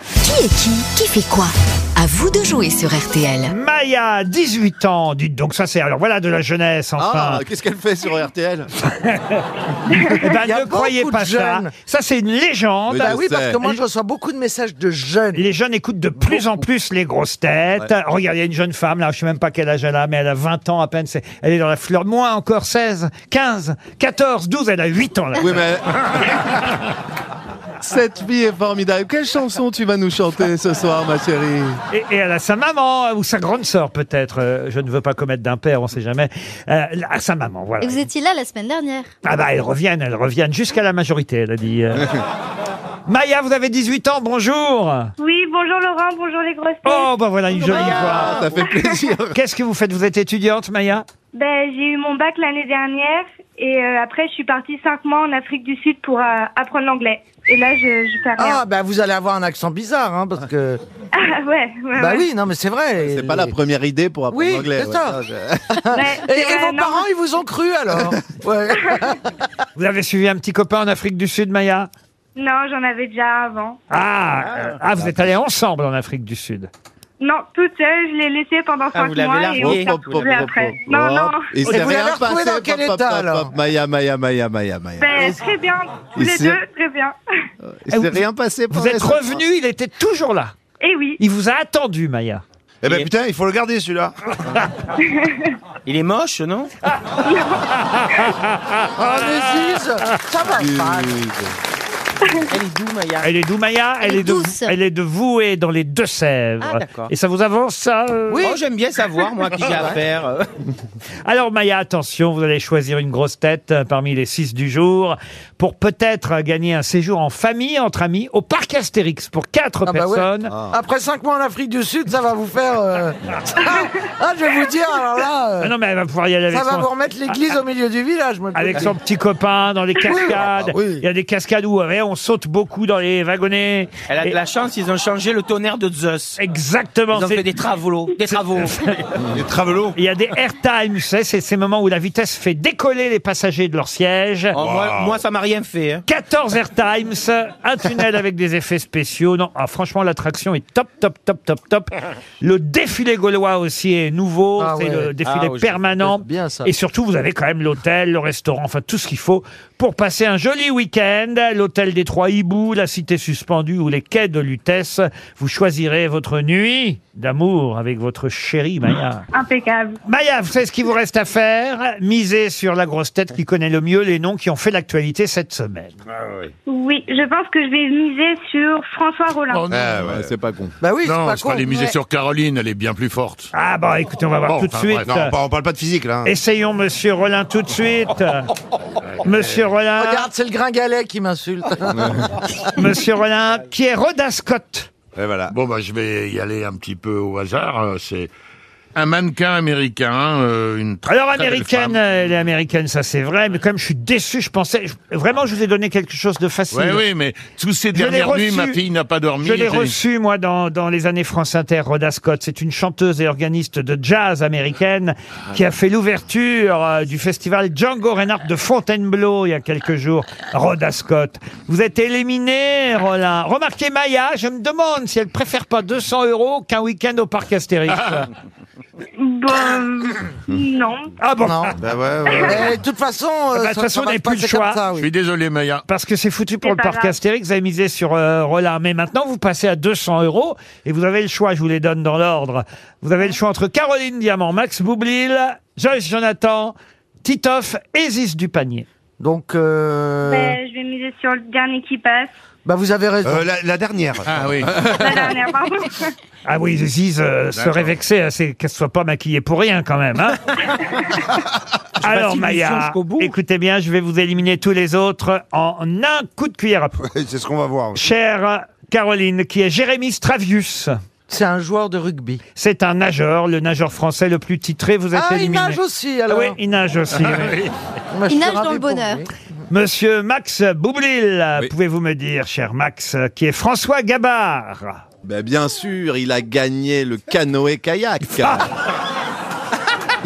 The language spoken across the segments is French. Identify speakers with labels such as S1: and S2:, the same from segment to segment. S1: Qui est qui Qui fait quoi À vous de jouer sur RTL.
S2: Maya, 18 ans, dites donc ça c'est alors voilà de la jeunesse enfin.
S3: Ah, qu'est-ce qu'elle fait sur RTL
S2: Eh ben,
S4: y a
S2: ne croyez
S4: beaucoup de
S2: pas ça.
S4: jeunes.
S2: Ça c'est une légende.
S3: Mais
S4: Bah
S3: Je
S4: oui, parce
S3: sais.
S4: que moi je reçois beaucoup de messages de jeunes.
S2: Les jeunes écoutent de plus en plus les grosses têtes.
S3: Ouais.
S2: Regardez il y a une jeune femme là, je sais même pas quel âge elle a mais elle a 20 ans à peine, c'est elle est dans la fleur moins encore 16, 15, 14, 12, elle a 8 ans là.
S3: Oui, mais. Cette vie est formidable. Quelle chanson tu vas nous chanter ce soir, ma chérie
S2: Et, et elle a sa maman ou sa grande sœur peut-être, Euh, je ne veux pas commettre d'impair, on sait jamais. Euh, à sa maman, voilà.
S5: Et vous étiez là la semaine dernière.
S2: Ah bah elles reviennent, elles reviennent jusqu'à la majorité, elle a dit. euh. Maya, vous avez 18 ans, bonjour.
S6: Oui, bonjour Laurent, bonjour les grosses têtes.
S2: Oh bah voilà une jolie voix.
S3: Ça fait plaisir.
S2: Qu'est-ce que vous faites Vous êtes étudiante, Maya
S6: Ben, j'ai eu mon bac l'année dernière et euh, après je suis partie cinq mois en Afrique du Sud pour euh, apprendre l'anglais. Et là, je, je fais rien.
S4: Ah, bah vous allez avoir un accent bizarre, hein, parce que.
S6: Ah, ouais, ouais,
S4: Bah
S6: ouais.
S4: oui, non, mais c'est vrai.
S3: C'est pas la première idée pour apprendre
S4: Oui,
S3: l'anglais.
S4: c'est ça.
S6: Ouais,
S4: Et,
S6: c'est
S4: et
S6: vrai,
S4: vos
S6: non.
S4: parents, ils vous ont cru alors Ouais.
S2: Vous avez suivi un petit copain en Afrique du Sud, Maya
S6: Non, j'en avais déjà avant.
S2: ah, euh, ah, vous êtes allés ensemble en Afrique du Sud.
S6: Non, toute seule, je l'ai laissé pendant cinq
S7: Ah, vous l'avez
S6: mois et on
S7: largué.
S6: s'est retrouvés après. Non, non.
S3: Et
S4: vous l'avez retrouvée dans quel état, alors
S3: Maya, Maya, Maya, Maya, Maya.
S6: Ben, très bien, tous
S3: Et
S6: les
S3: c'est-
S6: deux, très bien.
S3: Il s'est rien passé
S2: Vous
S3: pendant les
S2: êtes
S3: cinq mois.
S2: revenu, il était toujours là.
S6: Et oui,
S2: Il vous a attendu, Maya.
S8: Eh ben putain, il faut le garder celui-là.
S7: Il est moche, non
S4: Ah, mais Ziz, ça va
S3: Ah,
S4: pas.
S7: Elle est doux, Maya.
S2: Elle est d'où, Maya
S5: Elle est
S2: de,
S5: douce.
S2: elle est de Voué, dans les Deux-Sèvres.
S7: Ah, d'accord.
S2: Et ça vous avance, ça euh
S7: Oui, Ah, j'aime bien savoir, moi, qui j'ai affaire.
S2: Alors Maya, attention, vous allez choisir une grosse tête euh, parmi les six du jour pour peut-être euh, gagner un séjour en famille, entre amis, au parc Astérix pour quatre
S4: Ah bah ouais.
S2: personnes.
S4: Après cinq mois en Afrique du Sud, ça va vous faire. euh, Ah, je vais vous dire, alors là. euh,
S2: Ah non mais elle va pouvoir y aller avec
S4: Ça va
S2: son,
S4: vous remettre l'église au milieu du village, moi. je peux
S2: avec
S4: vous
S2: son
S4: dire.
S2: petit copain dans les cascades.
S4: Ah bah oui.
S2: Il y a des cascades où ouais, on saute beaucoup dans les wagonnets.
S7: Elle a
S2: Et-
S7: de la chance, ils ont changé le tonnerre de Zeus.
S2: Exactement.
S7: Ils ont
S2: c'est-
S7: fait des travaux, des travaux.
S8: Les travelots.
S2: Il y a des airtime, vous savez, c'est ces moments où la vitesse fait décoller les passagers de leur siège.
S7: Oh, moi, moi, ça m'a rien fait. hein.
S2: 14 airtimes, un tunnel avec des effets spéciaux. Non, ah, franchement, l'attraction est top, top, top, top, top. Le défilé gaulois aussi est nouveau.
S4: Ah
S2: c'est
S4: ouais.
S2: le défilé
S7: Ah ouais,
S2: permanent.
S4: c'est bien ça.
S2: Et surtout, vous avez quand même l'hôtel, le restaurant, enfin tout ce qu'il faut pour passer un joli week-end. L'hôtel des Trois Hiboux, la cité suspendue ou les quais de Lutèce. Vous choisirez votre nuit d'amour avec votre chérie Maya.
S6: impeccable.
S2: Maya, vous savez ce qu'il vous reste à faire Miser sur la grosse tête qui connaît le mieux les noms qui ont fait l'actualité cette semaine.
S6: Oui, je pense que je vais miser sur François
S7: Oh,
S6: Rollin.
S8: Ah,
S3: Ouais,
S8: ouais.
S3: C'est pas con.
S4: Bah oui, c'est
S8: Non,
S4: pas
S8: je pas
S4: con.
S8: les miser
S4: Ouais.
S8: sur Caroline, elle est bien plus forte.
S2: Ah bah écoutez, on va voir
S8: Bon,
S2: tout de
S8: enfin,
S2: suite.
S8: bref, non, on parle- on parle pas de physique là. hein.
S2: Essayons Monsieur Rollin tout de suite. Monsieur Rollin,
S4: Regarde, c'est le gringalet qui m'insulte.
S2: Ah, Monsieur Rollin, qui est Roda Scott.
S8: Et voilà. Bon bah je vais y aller un petit peu au hasard. euh, C'est un mannequin américain, euh, une très,
S2: Alors
S8: très belle
S2: américaine,
S8: femme.
S2: elle est américaine, ça c'est vrai, mais comme je suis déçu, je pensais je- vraiment je vous ai donné quelque chose de facile.
S8: Ouais, oui, mais tous ces
S2: Je l'ai
S8: dernières nuits,
S2: reçu.
S8: ma fille n'a pas dormi.
S2: Je l'ai
S8: J'ai-
S2: reçue, moi, dans, dans les années France Inter, Rhoda Scott. C'est une chanteuse et organiste de jazz américaine qui a fait l'ouverture euh, du festival Django Reinhardt de Fontainebleau il y a quelques jours. Rhoda Scott. Vous êtes éliminé, Roland. Remarquez Maya, je me demande si elle préfère pas 200 euros qu'un week-end au parc Astérix.
S6: Bon, non.
S2: ah bon
S4: non.
S8: Bah ouais, ouais.
S4: Mais de toute façon, euh,
S2: bah, de
S4: ça-
S2: toute façon,
S4: ça
S2: on
S4: va
S2: n'a
S4: se
S2: plus le
S4: passer comme
S2: choix.
S4: ça,
S8: Je
S4: oui.
S8: suis désolé, Maya.
S2: Parce que c'est foutu pour
S6: C'est
S2: le
S6: pas
S2: parc
S6: grave.
S2: Astérix, vous avez misé sur euh, Roland. Mais maintenant, vous passez à 200 euros et vous avez le choix, je vous les donne dans l'ordre. Vous avez le choix entre Caroline Diamant, Max Boublil, Joyce Jonathan, Titoff et Ziz Dupanier.
S4: Donc, euh,
S6: Ben, je vais miser sur le dernier qui passe.
S4: bah vous avez raison.
S3: Euh, la, la dernière.
S8: Ah oui.
S6: La dernière, pardon.
S2: Ah oui, Ziz euh, serait vexé à ce qu'elle soit pas maquillée pour rien quand même. hein. Alors
S7: si l'illusion
S2: Maya,
S7: jusqu'au bout.
S2: écoutez bien, je vais vous éliminer tous les autres en un coup de cuillère. à peau.
S3: C'est ce qu'on va voir.
S2: Chère Caroline, qui est Jérémy Stravius.
S4: C'est un joueur de rugby.
S2: C'est un nageur, le nageur français le plus titré. Vous êtes
S4: Ah, il
S2: éliminé.
S4: nage aussi,
S2: Ah
S4: alors. Ah
S2: oui, il nage aussi. oui.
S4: Moi, je
S5: Il
S4: suis
S5: nage dans
S4: ravi
S5: le
S4: pour
S5: bonheur.
S4: lui.
S2: Monsieur Max Boublil,
S3: Oui.
S2: pouvez-vous me dire, cher Max, qui est François Gabard
S3: Ben, bien sûr, il a
S5: Ah.
S3: gagné le canoë-kayak.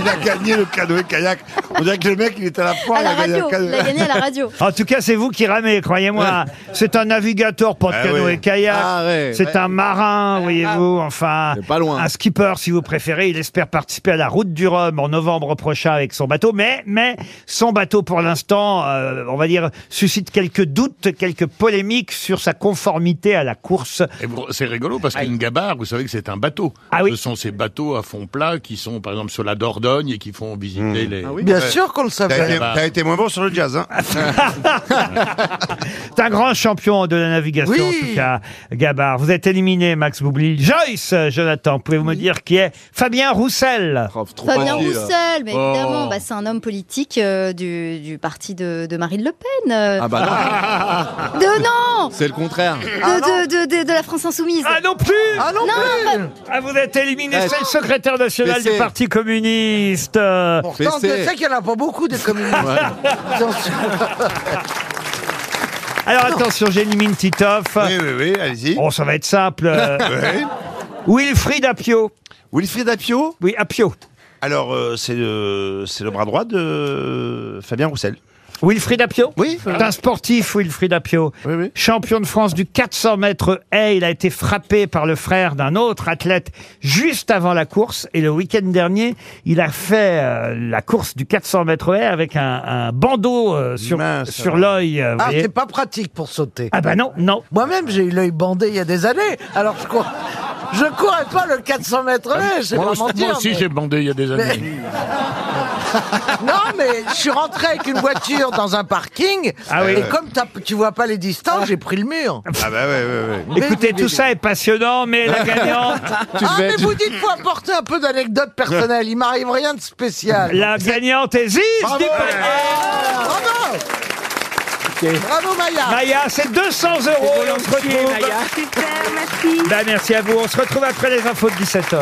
S8: Il a gagné le canoë kayak.
S5: On dirait que le mec, il était à la poire.
S9: À la
S5: il avait-
S9: radio, il a gagné à la radio.
S2: En tout cas, c'est vous qui ramez, croyez-moi. C'est un navigateur, pas de
S5: Ah
S2: canoë
S5: oui.
S2: et kayak.
S3: Ah ouais,
S2: c'est
S3: ouais.
S2: un marin, voyez-vous. Enfin,
S3: C'est pas loin.
S2: un skipper, si vous préférez. Il espère participer à la route du Rhum en novembre prochain avec son bateau. Mais, mais son bateau, pour l'instant, euh, on va dire, suscite quelques doutes, quelques polémiques sur sa conformité à la course.
S8: Et vous- C'est rigolo parce qu'une gabarre, vous savez que c'est un bateau.
S2: Ah oui.
S8: Ce sont ces bateaux à fond plat qui sont, par exemple, sur la Dordogne et qui font visiter
S5: Mmh.
S8: les.
S3: Ah oui
S4: Bien sûr qu'on le
S5: T'as
S4: savait.
S5: été, t'as été moins bon sur le jazz, hein.
S2: C'est un grand champion de la navigation,
S4: Oui.
S2: en tout cas, Gabard. Vous êtes éliminé, Max Boublil. Joyce, Jonathan, pouvez-vous me dire qui est Fabien Roussel
S9: Fabien
S3: facile.
S9: Roussel, mais
S8: Oh.
S9: évidemment, bah, c'est un homme politique euh, du, du parti de, de Marine Le Pen. euh,
S3: Ah bah non,
S9: De non
S3: c'est le contraire.
S9: de, de, de, de, de la France Insoumise.
S2: Ah non plus
S4: Ah non,
S9: Non,
S4: mais-
S2: Ah, vous êtes éliminé,
S3: Ah,
S2: c'est le secrétaire national
S3: mais
S2: du
S3: c'est-
S2: Parti communiste. Euh,
S4: Pourtant,
S3: Mais
S4: je
S3: c'est-
S4: sais qu'il n'y en a pas beaucoup des communistes. Attention.
S2: Alors attention, j'élimine Titoff.
S5: Oui, oui, oui, allez-y.
S2: Bon, ça va être simple. euh,
S5: Ouais.
S2: Wilfried Apio.
S5: Wilfried Apio
S2: Oui, Apio.
S5: Alors, euh, c'est le, c'est le bras droit de Fabien Roussel.
S2: Wilfried Apio
S5: Oui.
S2: C'est un sportif, Wilfried Apio.
S5: Oui, oui.
S2: Champion de France du 400 mètres haies, il a été frappé par le frère d'un autre athlète juste avant la course. Et le week-end dernier, il a fait euh, la course du 400 mètres haies avec un, un bandeau euh, sur,
S5: Mince.
S2: sur l'œil. euh, vous
S4: Ah,
S2: voyez.
S4: c'est pas pratique pour sauter.
S2: ah bah non, non.
S4: Moi-même, j'ai eu l'œil bandé il y a des années, alors je cours. Je courais pas le 400 mètres haies, c'est
S8: Moi
S4: pas
S8: aussi,
S4: mentir.
S8: moi aussi,
S4: mais-
S8: j'ai bandé il y a des années.
S4: Non, mais je suis rentré avec une voiture dans un parking.
S2: Ah oui.
S4: Et comme t'as- tu vois pas les distances, j'ai pris le mur.
S5: Ah bah ouais, ouais, ouais.
S2: Écoutez, tout ça est passionnant, mais la gagnante,
S3: Tu
S4: ah,
S3: devais
S4: mais
S3: être-
S4: vous dites, faut apporter un peu d'anecdotes personnelles. Il m'arrive rien de spécial.
S2: la gagnante est Ziz du Palais.
S4: Bravo Bravo, Maya
S2: Maya, c'est 200 euros. et on se retrouve. Ben,
S6: Super, merci.
S2: Bah, merci à vous. On se retrouve après les infos de 17h.